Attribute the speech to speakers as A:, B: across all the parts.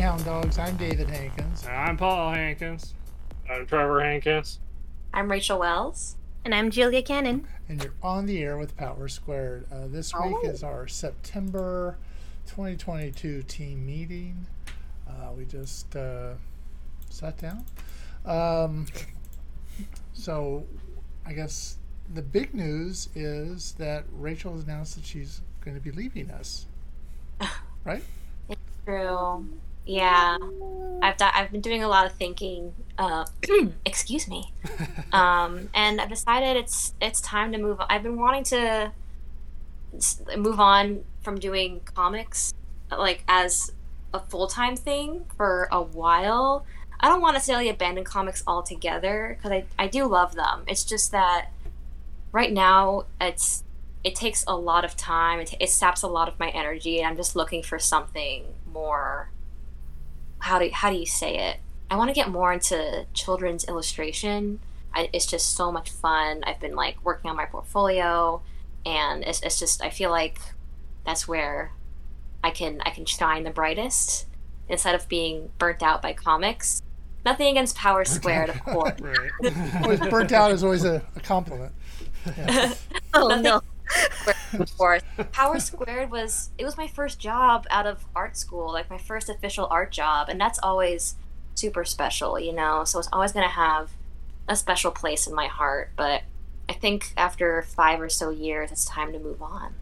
A: Hound Dogs. I'm David Hankins.
B: I'm Paul Hankins. I'm Trevor Hankins.
C: I'm Rachel Wells.
D: And I'm Julia Cannon.
A: and you're on the air with Power Squared. Uh, this week
C: Oh.
A: is our September 2022 team meeting. Uh, we just uh, sat down. Um, so, I guess the big news is that Rachel has announced that she's going to be leaving us. Right?
C: True. Yeah. I've do- I've been doing a lot of thinking. Uh, excuse me. Um, and I've decided it's it's time to move. I've been wanting to s- move on from doing comics, like as a full time thing for a while. I don't want to necessarily abandon comics altogether because I, I do love them. It's just that right now it's it takes a lot of time. It, it saps a lot of my energy, and I'm just looking for something more. How do how do you say it? I want to get more into children's illustration. I, it's just so much fun. I've been like working on my portfolio, and it's, it's just I feel like that's where I can I can shine the brightest instead of being burnt out by comics. Nothing against Power Squared, of course.
B: Right.
A: Always burnt out is always a, a compliment.
D: Oh no.
C: of course. Power Squared was it was my first job out of art school, like my first official art job, and that's always super special, you know. So it's always gonna have a special place in my heart. But I think after five or so years, it's time to move on.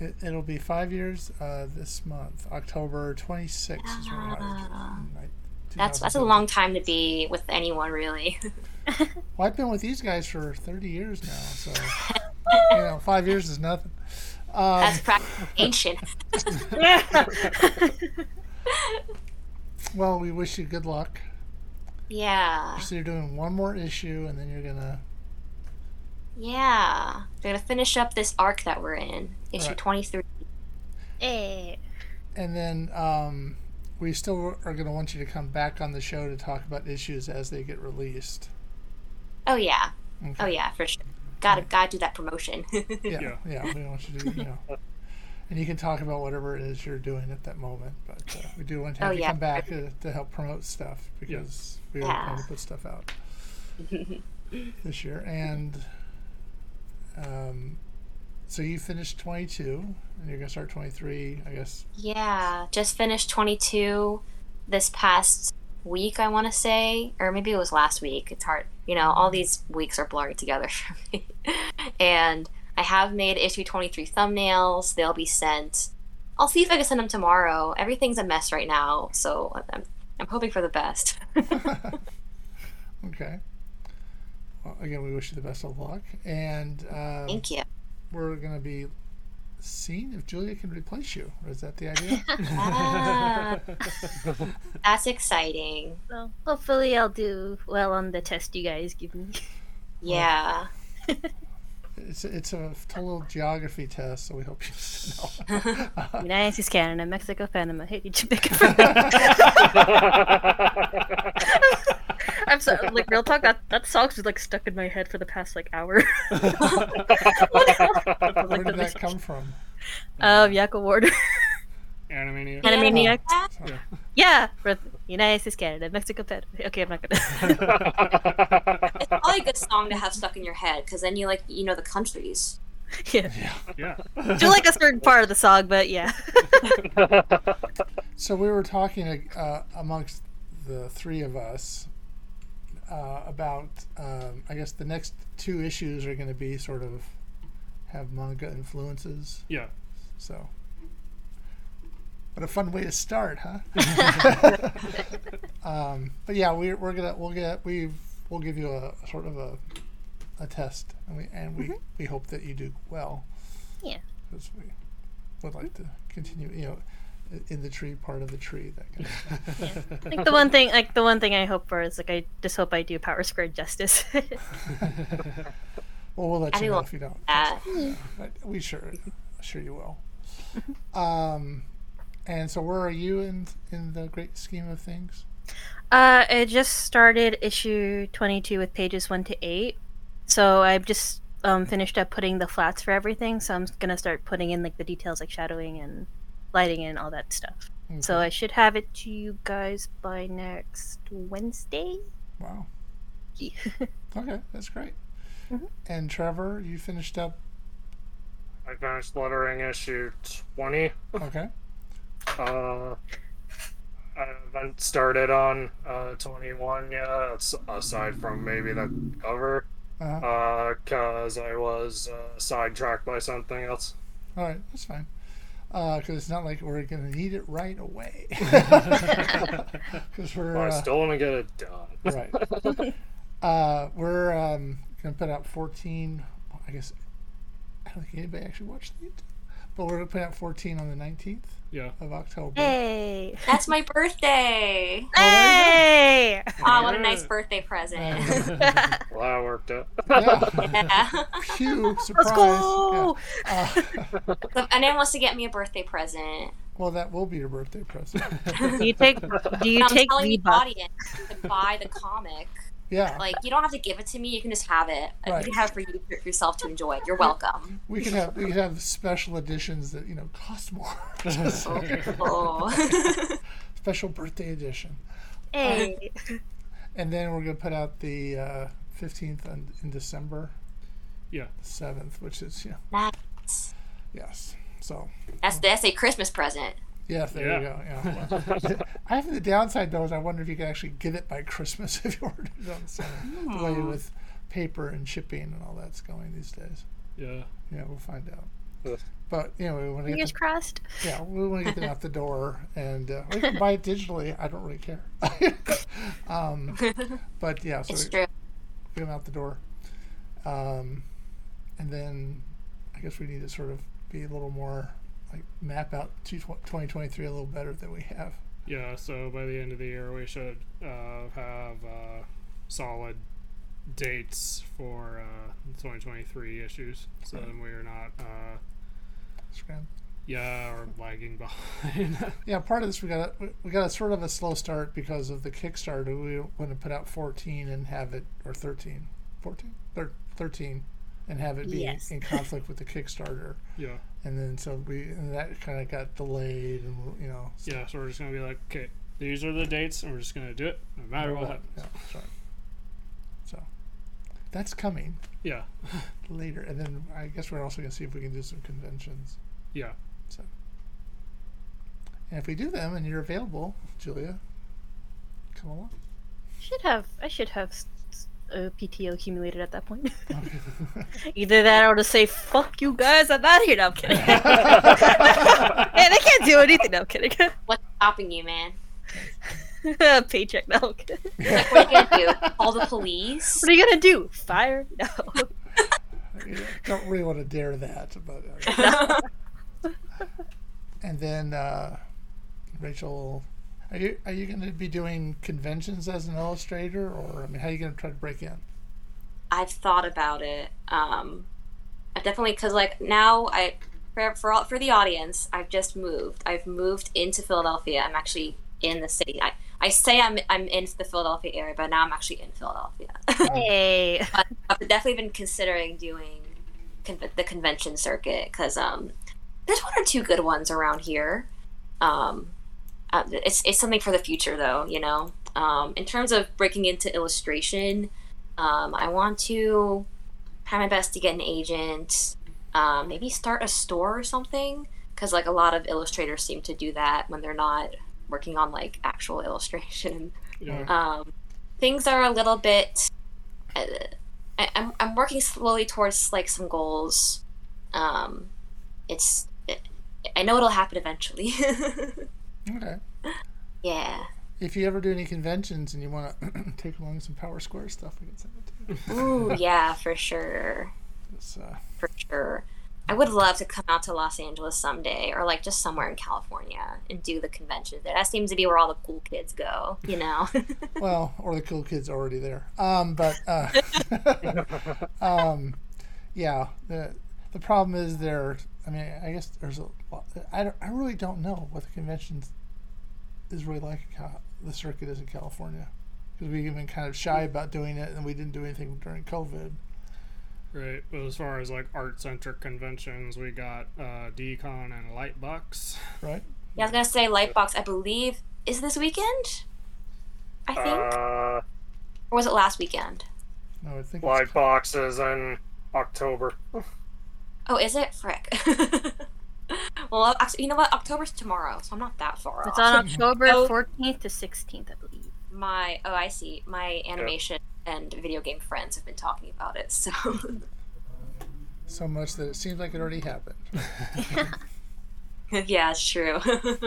A: It, it'll be five years uh, this month. October 26th is when I.
C: Ah.
A: I-
C: That's that's a
A: 2015.
C: long time to be with anyone, really.
A: Well, I've been with these guys for 30 years now, so you know, five years is nothing. Um,
C: That's practically ancient.
A: well, we wish you good luck.
C: Yeah,
A: So you're doing one more issue, and then you're gonna
C: yeah. We're gonna finish up this arc that we're in, issue
A: Right.
C: twenty three.
D: Eh.
A: and then um, we still are gonna want you to come back on the show to talk about issues as they get released.
C: Oh yeah,
A: Okay.
C: oh yeah, for sure. Gotta gotta do that promotion.
A: Yeah, yeah,
B: Yeah.
A: we want you to, you know. And you can talk about whatever it is you're doing at that moment, but uh, we do want to
C: Oh,
A: have you
C: yeah.
A: come back to, to help promote stuff because we are trying to
C: Yeah.
A: put stuff out this year. And um, so you finished 22, and you're gonna start 23, I guess.
C: Yeah, just finished 22 this past week, I want to say, or maybe it was last week. It's hard, you know, all these weeks are blurring together for me. and I have made issue 23 thumbnails. They'll be sent. I'll see if I can send them tomorrow. Everything's a mess right now, so I'm, I'm hoping for the best.
A: Okay. Well, again, we wish you the best of luck, and um,
C: Thank you.
A: we're gonna be seeing if Julia can replace you. Is that the idea?
C: Ah, that's exciting.
D: So hopefully I'll do well on the test you guys give me.
C: Yeah.
A: It's it's a total geography test, so we hope you know.
D: United States, Canada, Mexico, Panama, Haiti, Jamaica. I'm sorry, like real talk. That that song's just like stuck in my head for the past like hour.
A: Where
D: like
A: did that
D: the
A: come from?
D: um, Yakko Ward.
B: Animaniac.
D: Animaniac.
A: Sorry.
D: Yeah, for United States, Canada, Mexico, Panama. Okay, I'm not gonna.
C: It's probably a good song to have stuck in your head because then you like, you know, the countries.
D: yeah,
B: yeah.
D: do like a certain part of the song, but yeah.
A: So we were talking uh, amongst the three of us uh, about, um, I guess the next two issues are going to be sort of have manga influences.
B: Yeah.
A: So, what a fun way to start, huh? um, but yeah, we, we're gonna we'll get we we'll give you a sort of a a test, and we and we, we hope that you do well.
D: Yeah.
A: because we would like to continue, you know, i- in the tree part of the tree that kind of stuff.
D: Like the one thing, like the one thing I hope for is like I just hope I do Power Square justice.
A: Well, we'll let
C: I
A: you
C: do
A: know
C: love
A: if you don't.
C: that.
A: But we sure sure you will. um, and so where are you in in the great scheme of things?
D: Uh, I just started issue 22 with pages 1 to 8. So I've just um, finished up putting the flats for everything. So I'm going to start putting in like the details like shadowing and lighting and all that stuff. So I should have it to you guys by next Wednesday.
A: Wow.
D: Yeah.
A: Okay, that's great.
D: Mhm.
A: And Trevor, you finished up.
B: I finished lettering issue 20.
D: Oh.
A: Okay.
B: Uh, I haven't started on uh, 21 yet, as- aside from maybe the cover,
A: Uh-huh.
E: Uh,
B: because I was uh, sidetracked by something else.
A: All right, that's fine. Because it's not like we're going to need it right away. Because we're.
B: But I
A: uh,
B: still want to get it done.
A: right. Uh, we're um, going to put out 14. I guess I don't think anybody actually watched these, but we're going to put out 14 on the 19th
B: Yeah.
A: of October.
D: Hey!
C: That's my birthday.
D: Hey!
C: Oh, what a nice birthday present.
A: Uh,
B: Well, that worked out.
A: yeah.
C: yeah.
A: Phew, surprise.
D: Let's go!
A: Yeah. Uh,
C: So if anyone wants to get me a birthday present,
A: well, that will be your birthday present.
D: Do you take? Do you
C: I'm
D: take
C: telling the
D: Viva?
C: audience to buy the comic.
A: Yeah,
C: Like, you don't have to give it to me. You can just have it.
A: Right.
C: You can have it for you, for yourself to enjoy. You're welcome.
A: we could have we could have special editions that you know cost more. Just
C: Oh.
A: special birthday edition.
D: Hey!
A: And then we're going to put out the uh, 15th in, in December.
B: Yeah.
A: The 7th, which is, yeah.
C: nice.
A: Yes. So,
C: That's, that's a Christmas present.
A: yeah, there you go.
B: Yeah.
A: Yeah. Well, I have the downside, though, is I wonder if you could actually get it by Christmas if you ordered it on the 7th. The way with paper and shipping and all that's going these days.
B: yeah.
A: Yeah, we'll find out.
B: Ugh.
A: But anyway, we want to get
D: Fingers
A: the,
D: crossed.
A: yeah, we want to get them out the door, and uh, we can buy it digitally. I don't really care. um, but yeah, so
C: It's
A: we-
C: true.
A: get them out the door. Um, and then I guess we need to sort of be a little more like map out to tw- 2023 a little better than we have.
E: Yeah, so by the end of the year, we should uh, have uh, solid dates for uh, the 2023 issues, so then we're not, uh,
A: Scram.
E: yeah, or lagging behind.
A: Yeah, part of this we got we- we got a sort of a slow start because of the Kickstarter. We want to put out 14 and have it or 13, 14, Thir- 13, and have it be
D: Yes.
A: in conflict with the Kickstarter.
E: yeah,
A: And then so we and that kind of got delayed and we'll- you know. so-
E: yeah. So we're just gonna be like, okay, these are the dates, and we're just gonna do it, no matter what happens.
A: Yeah, sorry. So that's coming.
E: Yeah,
A: later. And then I guess we're also going to see if we can do some conventions.
E: yeah,
A: So, and if we do them and you're available, Julia, come along.
D: Should have. I should have s- s- uh, PTO accumulated at that point. Either that, or to say "fuck you guys," I'm out of here. No, I'm kidding. yeah, they can't do anything. No, I'm kidding.
C: What's stopping you, man?
D: Paycheck. No, I'm kidding.
C: Like, what are you going to do? Call the police?
D: What are you gonna do? Fire? No.
A: I don't really want to dare that, but. uh, and then uh, Rachel, are you are you going to be doing conventions as an illustrator, or I mean, how are you going to try to break in?
C: I've thought about it. Um, I've definitely because like now I for for, all, for the audience, I've just moved. I've moved into Philadelphia. I'm actually in the city. I, I say I'm I'm in the Philadelphia area, but now I'm actually in Philadelphia.
D: Hey.
C: But I've definitely been considering doing con- the convention circuit because um, there's one or two good ones around here. Um, uh, it's it's something for the future though, you know. Um, in terms of breaking into illustration, um, I want to try my best to get an agent. Um, maybe start a store or something because like a lot of illustrators seem to do that when they're not working on like actual illustration
E: yeah.
C: um, things are a little bit uh, I, I'm, I'm working slowly towards like some goals um, it's i know it'll happen eventually
A: Okay.
C: yeah
A: If you ever do any conventions and you want to take along some Power Square stuff, we can send it to you.
C: ooh yeah for sure
A: It's, uh,
C: for sure i would love to come out to los angeles someday or like just somewhere in california and do the convention there that seems to be where all the cool kids go you know
A: well, or the cool kids already there. Um, but uh, um, yeah, the the problem is there. I mean, I guess there's a. lot- I don't- I really don't know what the convention is really like. in Cal- The circuit is in California because we've been kind of shy about doing it, and we didn't do anything during COVID.
E: Right. But as far as like art centric conventions, we got uh, Decon and Lightbox.
A: Right?
C: Yeah, I was gonna say Lightbox. I believe is this weekend. I think,
B: Uh,
C: or was it last weekend?
A: No, I think
B: live
A: it's,
B: boxes in October.
C: Oh, is it? Frick. well, actually, you know what? October's tomorrow, so I'm not that far
D: It's
C: off.
D: on October
C: Oh.
D: 14th to 16th, I believe.
C: my oh, I see. My animation and video game friends have been talking about it, so
A: so much that it seems like it already happened.
C: yeah, it's true.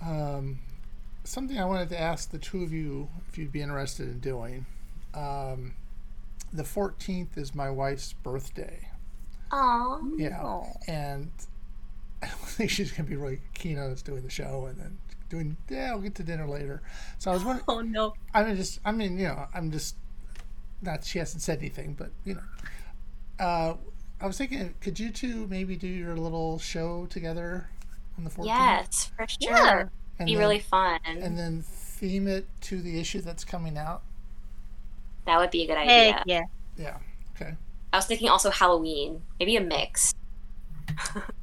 A: Um, something I wanted to ask the two of you if you'd be interested in doing. Um, the 14th is my wife's birthday.
C: Aw.
A: Yeah.
C: Oh.
D: Aw.
A: And I don't think she's going to be really keen on us doing the show and then doing, yeah, we'll get to dinner later. So I was wondering,
D: Oh no.
A: I mean, just, I mean, you know, I'm just not. She hasn't said anything, but you know, uh, I was thinking, could you two maybe do your little show together on the 14th?
C: Yes, for sure.
D: Yeah.
A: and
C: Be
A: then,
C: really fun.
A: and then theme it to the issue that's coming out.
C: that would be a good idea.
D: Heck yeah.
A: Yeah. Okay.
C: I was thinking also Halloween, maybe a mix.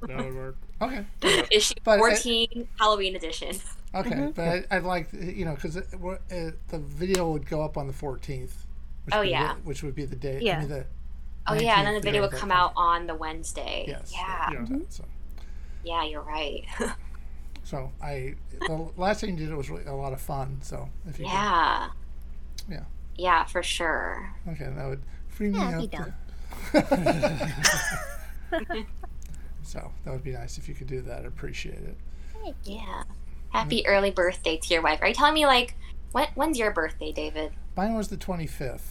E: That would work.
A: Okay.
C: Issue
A: But it-
C: 14, Halloween edition.
A: Okay.
C: Mm-hmm.
A: But I, I'd like you know because uh, the video would go up on the 14th. Which
C: Oh,
A: would be
C: yeah.
A: the- which would be the day. I
D: Yeah.
A: mean, the
C: Oh yeah, and then the
A: 19th
C: video would
A: that-
C: come out on the Wednesday.
A: Yes.
C: Yeah.
E: Yeah.
C: yeah.
A: So.
C: you're right.
A: So I, the last thing you did was really a lot of fun. So if you could-
C: yeah.
A: Yeah.
C: Yeah, for sure.
A: Okay, that would free me
D: Yeah,
A: up.
D: I'd be
A: to- so that would be nice if you could do that. I'd appreciate it.
C: Yeah. Happy
A: Mm.
C: early birthday to your wife. Are you telling me like when when's your birthday, David?
A: Mine was the 25th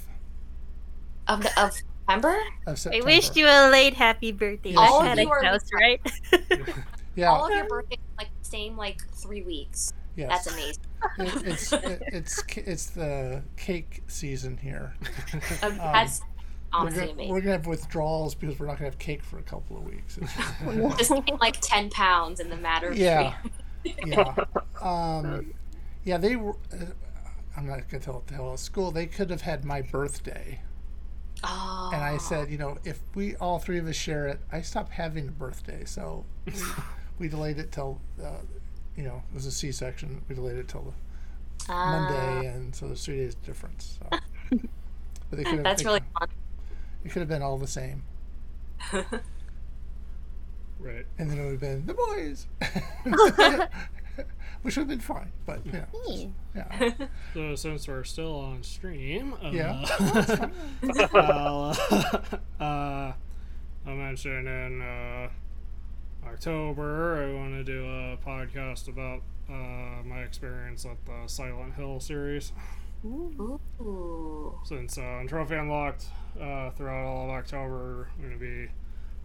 C: Of the of September?
A: of
D: I
A: September.
D: wished you a late happy birthday.
A: Yes,
D: All
A: you
D: had
A: did.
D: a toast, right?
A: Yeah,
C: All of your birthdays like the same like three weeks.
A: yes.
C: That's amazing.
A: It, it's it, it's ca- it's the cake season here.
C: Um, that's honestly
A: we're, gonna,
C: amazing.
A: we're gonna have withdrawals because we're not gonna have cake for a couple of weeks. It's-
C: Just gain, like ten pounds in the matter of
A: yeah,
C: three.
A: yeah, um, yeah. They were. Uh, I'm not gonna tell tell a school. They could have had my birthday.
C: Oh.
A: And I said, you know, if we all three of us share it, I stopped having a birthday. So we, we delayed it till, uh, you know, it was a C section. We delayed it till
C: Ah,
A: Monday. And so there's three days difference. So. But they could have,
C: That's
A: they
C: really
A: could-
C: fun.
A: it could have been all the same.
E: Right.
A: And then it would have been the boys, which would have been fine. But, you know, yeah.
E: So since we're still on stream, uh,
A: Yeah.
E: I'll, uh, uh, I'll mention in uh, October I want to do a podcast about uh, my experience at the Silent Hill series.
C: Ooh.
E: Since uh, on Trophy Unlocked, uh, throughout all of October, I'm going to be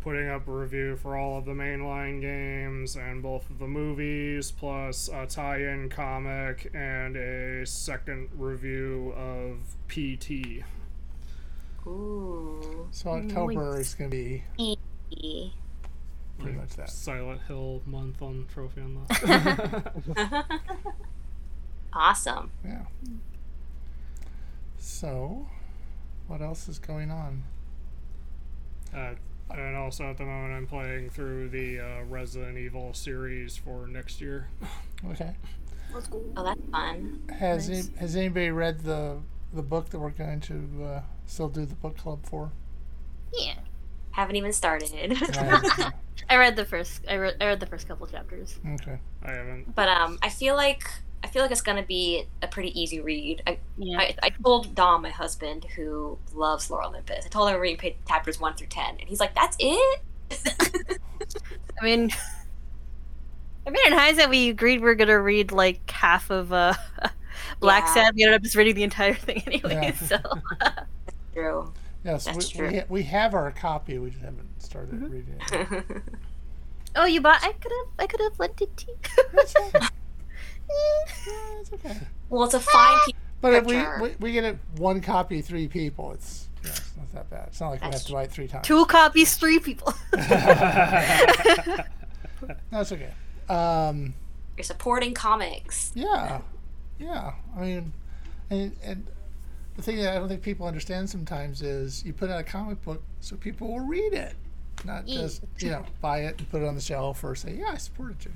E: putting up a review for all of the mainline games and both of the movies, plus a tie in comic and a second review of PT.
C: Ooh.
A: So October is going to be
C: Eee.
A: pretty
E: Like
A: much that.
E: Silent Hill month on Trophy Unlocked.
C: Awesome.
A: Yeah. So, what else is going on?
E: uh, and also at the moment, I'm playing through the uh, Resident Evil series for next year.
A: Okay.
C: Oh, that's fun.
A: Has any, has anybody read the the book that we're going to uh, still do the book club for?
D: Yeah.
C: Haven't even started.
A: Right.
D: I read the first. I read, I read the first couple chapters.
A: okay.
E: I haven't.
C: but um, I feel like I feel like it's gonna be a pretty easy read. I,
D: Yeah.
C: I, I told Dom, my husband, who loves Laura Olympus, I told him I'm reading pa- chapters one through ten, and he's like, "That's it."
D: I mean, I mean, in hindsight, we agreed we are gonna read like half of uh, Black
C: Yeah.
D: Sabbath. We ended up just reading the entire thing anyway.
A: Yeah.
D: So
C: True.
A: Yes,
C: That's
A: we, we,
C: true.
A: ha- we have our copy. We just haven't started reading it. yet.
D: oh, you bought? I could have. I could have lent it to
A: That's
D: you.
A: okay. Yeah, it's okay.
C: well, it's a fine piece.
A: But if we,
C: Picture.
A: we we get it one copy, three people. It's, yeah, it's not that bad. It's not like we
C: That's
A: have to buy it three times.
D: Two copies, three people.
A: That's okay. Um,
C: You're supporting comics.
A: Yeah, yeah. I mean, and, and the thing that I don't think people understand sometimes is you put out a comic book so people will read it. Not
C: Yeet.
A: just you know buy it and put it on the shelf or say yeah I supported you.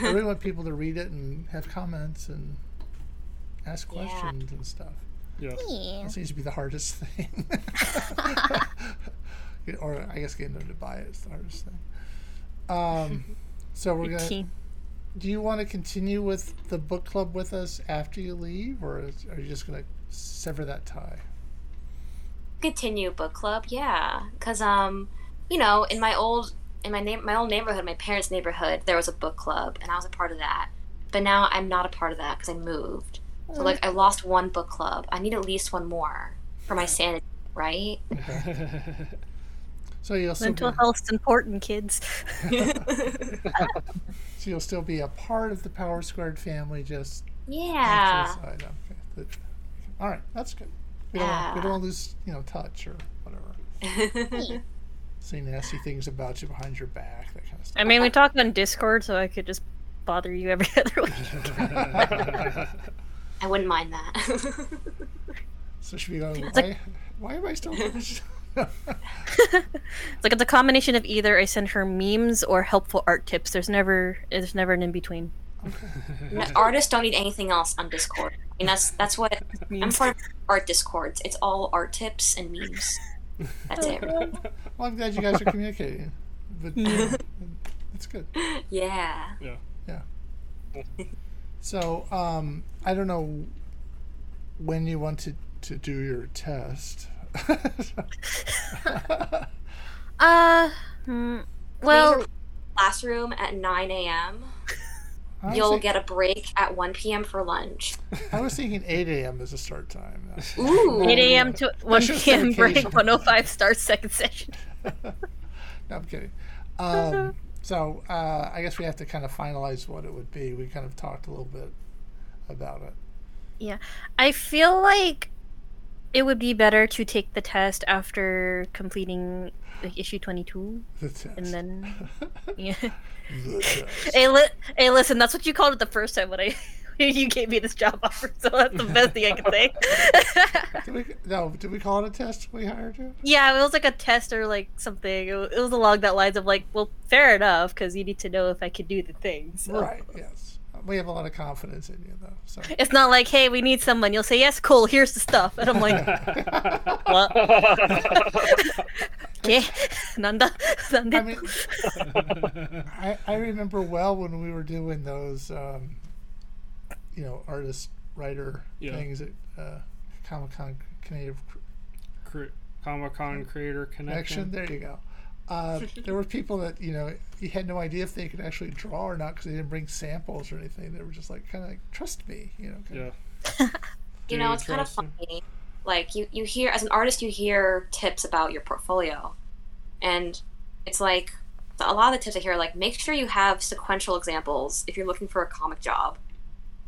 A: I really want people to read it and have comments and ask
C: Yeah.
A: questions and stuff.
E: Yes.
A: That seems to be the hardest thing. or I guess getting them to buy it is the hardest thing. Um, so we're gonna.
D: Team.
A: Do you want to continue with the book club with us after you leave, or is, are you just gonna sever that tie?
C: continue book club yeah because um you know in my old in my name my old neighborhood my parents neighborhood there was a book club and i was a part of that but now i'm not a part of that because i moved so like i lost one book club i need at least one more for my sanity right
A: So you'll still be,
D: Mental health's important, kids.
A: so you'll still be a part of the Power Squared family, just
C: yeah
A: virtual side. Okay. That- all right, that's good. We don't, wanna- we
C: Yeah.
A: don't wanna lose you know touch or whatever. Say nasty things about you behind your back, that kind of stuff.
D: I mean, we talked on Discord, so I could just bother you every other week.
C: i wouldn't mind that
A: So should we go? Why, why am I still? doing this?"
D: It's like it's a combination of either I send her memes or helpful art tips. There's never there's never an in between.
C: No, artists don't need anything else on discord i mean that's that's what i'm part of art discords it's all art tips and memes that's it
A: well, I'm glad you guys are communicating. But you know, it's good.
C: yeah
E: yeah.
A: So um, I don't know when you want to, to do your test.
D: Uh, hmm, well,
C: classroom at 9 a.m.
A: I was,
C: You'll
A: think-
C: get a break at 1 p.m. for lunch.
A: I was thinking 8 a.m. is a start time.
C: Ooh.
D: 8 a.m. to 1
A: should
D: p.m.
A: say occasion.
D: break, 105 starts second session.
A: No, I'm kidding. Um, so uh, I guess we have to kind of finalize what it would be. We kind of talked a little bit about it.
D: Yeah, I feel like it would be better to take the test after completing like, issue 22,
A: The test.
D: and then yeah.
A: The test.
D: Hey, li- hey, listen, that's what you called it the first time when I you gave me this job offer, so that's the best thing I can say.
A: Did we, no, did we call it a test? We hired you.
D: yeah, it was like a test or like something. It wa- it was along that lines of like, well, fair enough, because you need to know if I can do the thing. So.
A: Right. Yes. We have a lot of confidence in you, though. So
D: It's not like, hey, we need someone. You'll say, yes, cool, here's the stuff. And I'm like, what? Okay. Nanda? Nanda?
A: I mean, I, I remember well when we were doing those, um, you know, artist writer
E: Yeah.
A: things at uh, Comic Con Creative
E: Cre- Comic Con creator
A: Connection. There
E: connection.
A: you go. Uh, there were people that you know you had no idea if they could actually draw or not because they didn't bring samples or anything. They were just like kind of like trust me, you know. kinda-
E: Yeah. Do
C: You know, it's kind of
E: trust him?
C: funny. Like you, you hear as an artist, you hear tips about your portfolio, and it's like a lot of the tips I hear are like make sure you have sequential examples if you're looking for a comic job.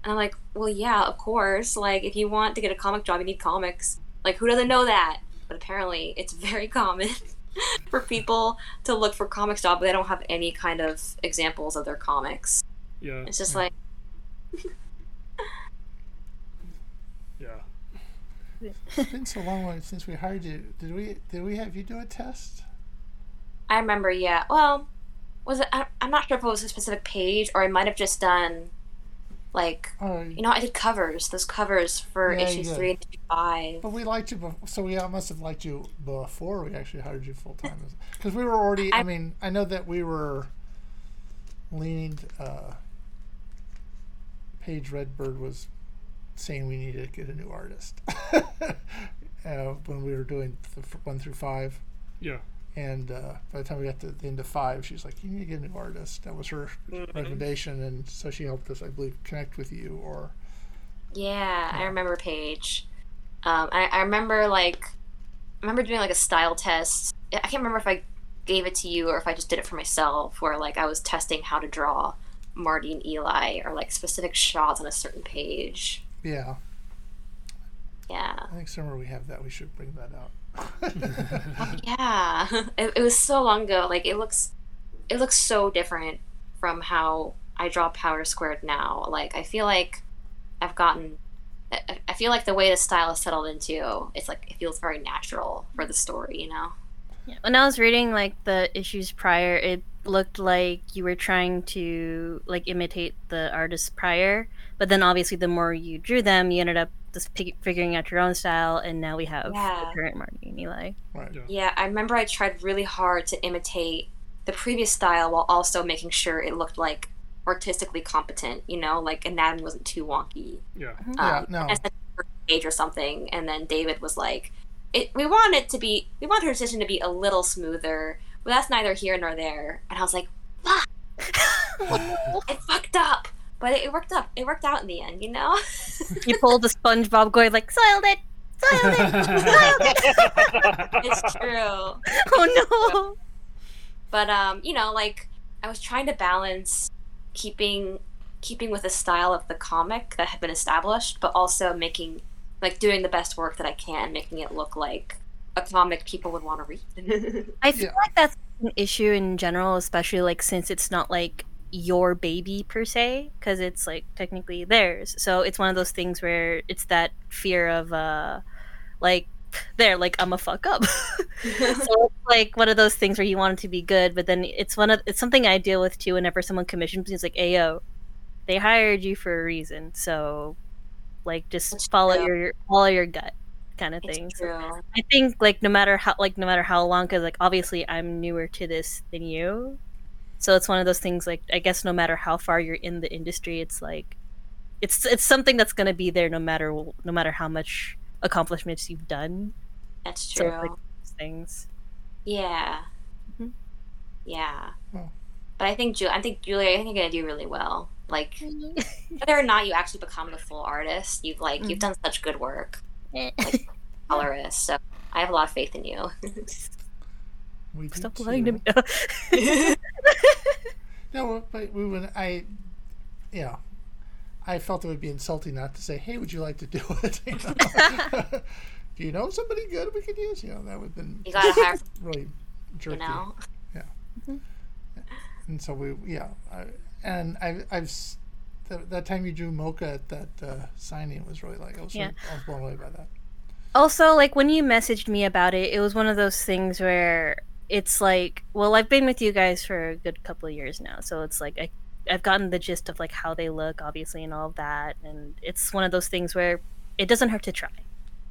C: And I'm like, well, yeah, of course. Like if you want to get a comic job, you need comics. Like who doesn't know that? But apparently, it's very common. for people to look for comics job but they don't have any kind of examples of their comics
E: Yeah.
C: it's just like
E: Yeah.
A: It's been so long since we hired you. Did we did we have you do a test?
C: I remember, yeah. Well, was it? I, I'm not sure if it was a specific page, or I might have just done, like,
A: Oh,
C: you know, I did covers. Those covers for
A: Yeah, you
C: issues
A: did.
C: three and issue five.
A: But we liked you, bef- so we all must have liked you before we actually hired you full time, because we were already. I,
C: I-
A: mean, I know that we were leaning. Uh, Paige Redbird was saying we needed to get a new artist uh, when we were doing the f- one through five,
E: Yeah.
A: and uh, by the time we got to the end of five, she's like, "You need to get a new artist." That was her recommendation, and so she helped us, I believe, connect with you or
C: Yeah, I remember Paige. Um, I, I remember like, I remember doing like a style test. I can't remember if I gave it to you or if I just did it for myself, where like I was testing how to draw Marty and Eli or like specific shots on a certain page.
A: yeah.
C: Yeah.
A: I think somewhere we have that. We should bring that out.
C: Yeah, it, it was so long ago. Like it looks, it looks so different from how I draw Power Squared now. Like I feel like I've gotten, I, I feel like the way the style is settled into, it's like it feels very natural for the story. You know?
D: When I was reading like the issues prior, it looked like you were trying to like imitate the artists prior, but then obviously the more you drew them, you ended up just pig- figuring out your own style, and now we have
C: Yeah.
D: the current Marty and Eli.
A: Right.
E: Yeah.
C: Yeah, I remember I tried really hard to imitate the previous style while also making sure it looked like artistically competent, you know, like anatomy wasn't too wonky.
E: Yeah.
A: Yeah,
C: Um,
A: no.
C: I sent her a page or something, and then David was like, it, "We want it to be, we want her decision to be a little smoother, but that's neither here nor there." And I was like, "Fuck, I fucked up." But it worked up. It worked out in the end, you know.
D: You pulled the SpongeBob going like soiled it, soiled it, soiled it.
C: It's true.
D: Oh no.
C: but um you know like i was trying to balance keeping keeping with the style of the comic that had been established but also making like doing the best work that i can making it look like a comic people would want to read
D: I feel
A: Yeah.
D: like that's an issue in general, especially like since it's not like your baby per se, because it's like technically theirs. So it's one of those things where it's that fear of uh, like there, like I'm a fuck up. so it's like one of those things where you want it to be good, but then it's one of it's something I deal with too. Whenever someone commissions me, it's like, "Ayo, they hired you for a reason, so like
C: That's
D: just follow
C: true.
D: your follow your gut." kind of thing.
C: it's
D: So
C: true
D: I think like no matter how like no matter how long because like obviously I'm newer to this than you, so it's one of those things like I guess no matter how far you're in the industry, it's like it's it's something that's gonna be there no matter wh- no matter how much accomplishments you've done.
C: that's
D: So
C: true
D: it's like those things.
C: yeah
D: Mhm.
C: yeah
A: Well.
C: but i think Ju- i think julia i think you're gonna do really well like whether or not you actually become the full artist you've like you've done
D: Mhm.
C: such good work colorist so i have a lot of faith in you
A: We do
D: Stop
A: too.
D: lying to me.
A: No, but we would. I, you know, I felt it would be insulting not to say, "Hey, would you like to do it?" You know? if you know somebody good, we could use. You know, that would have been
C: you gotta hire
A: really jerky.
C: you know
A: And so we, yeah, I, and I, I've s- th- that time you drew Mocha at that uh, signing was really like I was,
D: Yeah.
A: I was blown away by that.
D: Also, like when you messaged me about it, it was one of those things where it's like, well, I've been with you guys for a good couple of years now, so it's like I, I've gotten the gist of like how they look, obviously, and all of that, and it's one of those things where it doesn't hurt to try.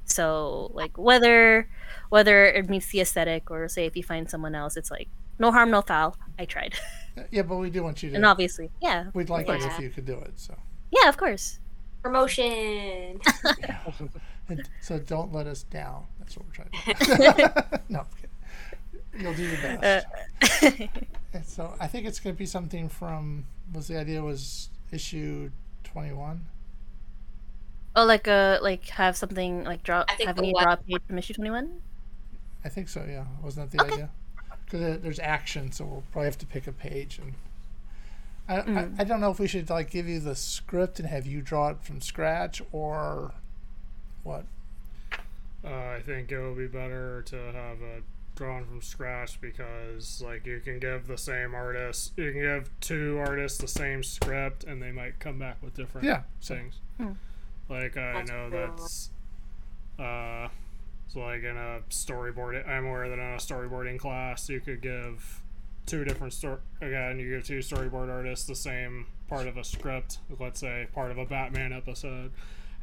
D: So, like whether whether it meets the aesthetic, or say if you find someone else, it's like no harm, no foul. I tried,
A: Yeah, but we do want you to.
D: and obviously, yeah,
A: We'd like it if
C: Yeah.
A: you could do it. So,
D: yeah, of course.
C: promotion.
A: and, so don't let us down. That's what we're trying to. do. no, I'm kidding. you'll do your best.
D: Uh,
A: And so I think it's going to be something from was the idea was issue 21.
D: oh, like a like have something like draw
C: I think
D: have
C: the
D: me
C: one-
D: draw a page from issue twenty one.
A: I think so. Yeah, wasn't that the
D: Okay.
A: idea? Because there's action, so we'll probably have to pick a page. And I, I, I don't know if we should like give you the script and have you draw it from scratch or what.
E: Uh, I think it would be better to have it drawn from scratch because, like, you can give the same artist, you can give two artists the same script, and they might come back with different
A: Yeah.
E: things.
D: Hmm.
E: Like, I
C: That's
E: know
C: cool.
E: that's, uh, so like in a storyboard. I'm aware that in a storyboarding class, you could give two different story again. You give two storyboard artists the same part of a script. Let's say part of a Batman episode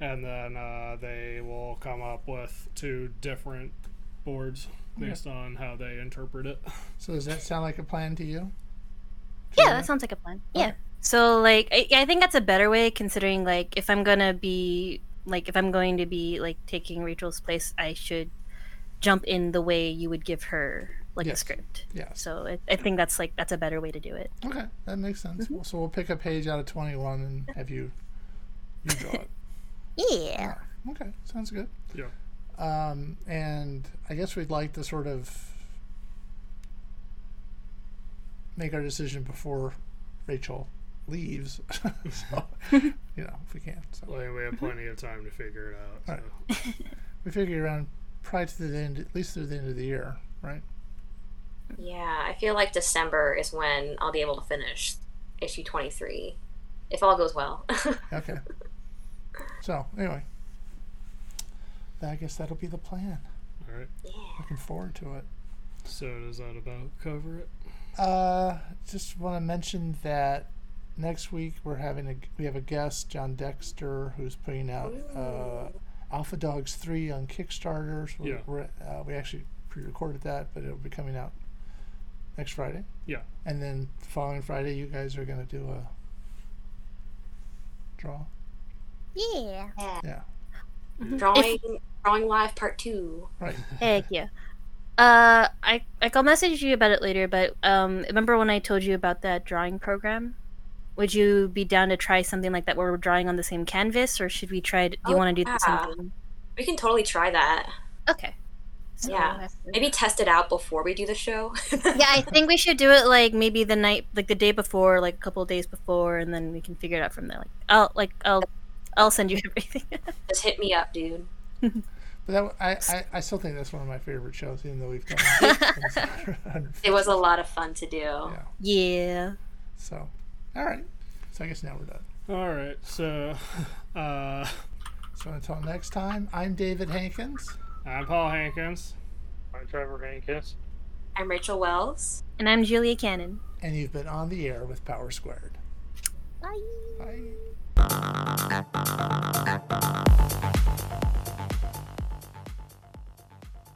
E: and then uh, they will come up with two different boards based on how they interpret it.
A: So does that sound like a plan to you?
D: Yeah, that sounds like a plan. Yeah. So like I, I think that's a better way considering like if I'm gonna be like if I'm going to be like taking Rachel's place, I should jump in the way you would give her like
A: Yes.
D: the script.
A: Yes.
D: So I, I think that's like that's a better way to do it.
A: Okay, that makes sense. So we'll pick a page out of 21 and have you you draw it.
D: Yeah.
A: Okay, sounds good.
E: Yeah.
A: Um, and I guess we'd like to sort of make our decision before Rachel leaves. so, you know, if we can. So
E: Like, we have plenty of time to figure it out.
A: Alright. we figure around prior to the end, at least through the end of the year, right?
C: yeah, I feel like December is when I'll be able to finish issue 23 if all goes well.
A: Okay. So anyway, I guess that'll be the plan.
E: So, all right.
A: Looking forward to it.
E: So does that about cover it?
A: Uh, just want to mention that next week we're having a we have a guest, John Dexter, who's putting out uh, Alpha Dogs three on Kickstarter. So
E: Yeah.
A: we're, uh, we actually pre-recorded that, but it'll be coming out next Friday.
E: Yeah.
A: And then the following Friday, you guys are gonna do a draw.
D: Yeah.
A: Yeah.
C: Drawing Drawing Live Part Two.
A: Right.
D: Heck yeah. Uh, I like I'll message you about it later. But um, remember when I told you about that drawing program? Would you be down to try something like that where we're drawing on the same canvas, or should we try? Do you
C: Oh,
D: want to do
C: yeah.
D: something?
C: We can totally try that.
D: Okay. So,
C: Yeah. Maybe test it out before we do the show.
D: yeah, I think we should do it like maybe the night, like the day before, like a couple of days before, and then we can figure it out from there. Like I'll like I'll I'll send you everything.
C: Just hit me up, dude.
A: But that, I, I, I still think that's one of my favorite shows, even though we've done.
C: It was a lot of fun to do.
D: yeah.
A: so, all right. So I guess now we're done.
E: All right. So, uh,
A: So until next time, I'm David Hankins.
E: I'm Paul Hankins.
B: I'm Trevor Hankins.
C: I'm Rachel Wells.
D: And I'm Julia Cannon.
A: and you've been on the air with Power Squared. Bye. Bye.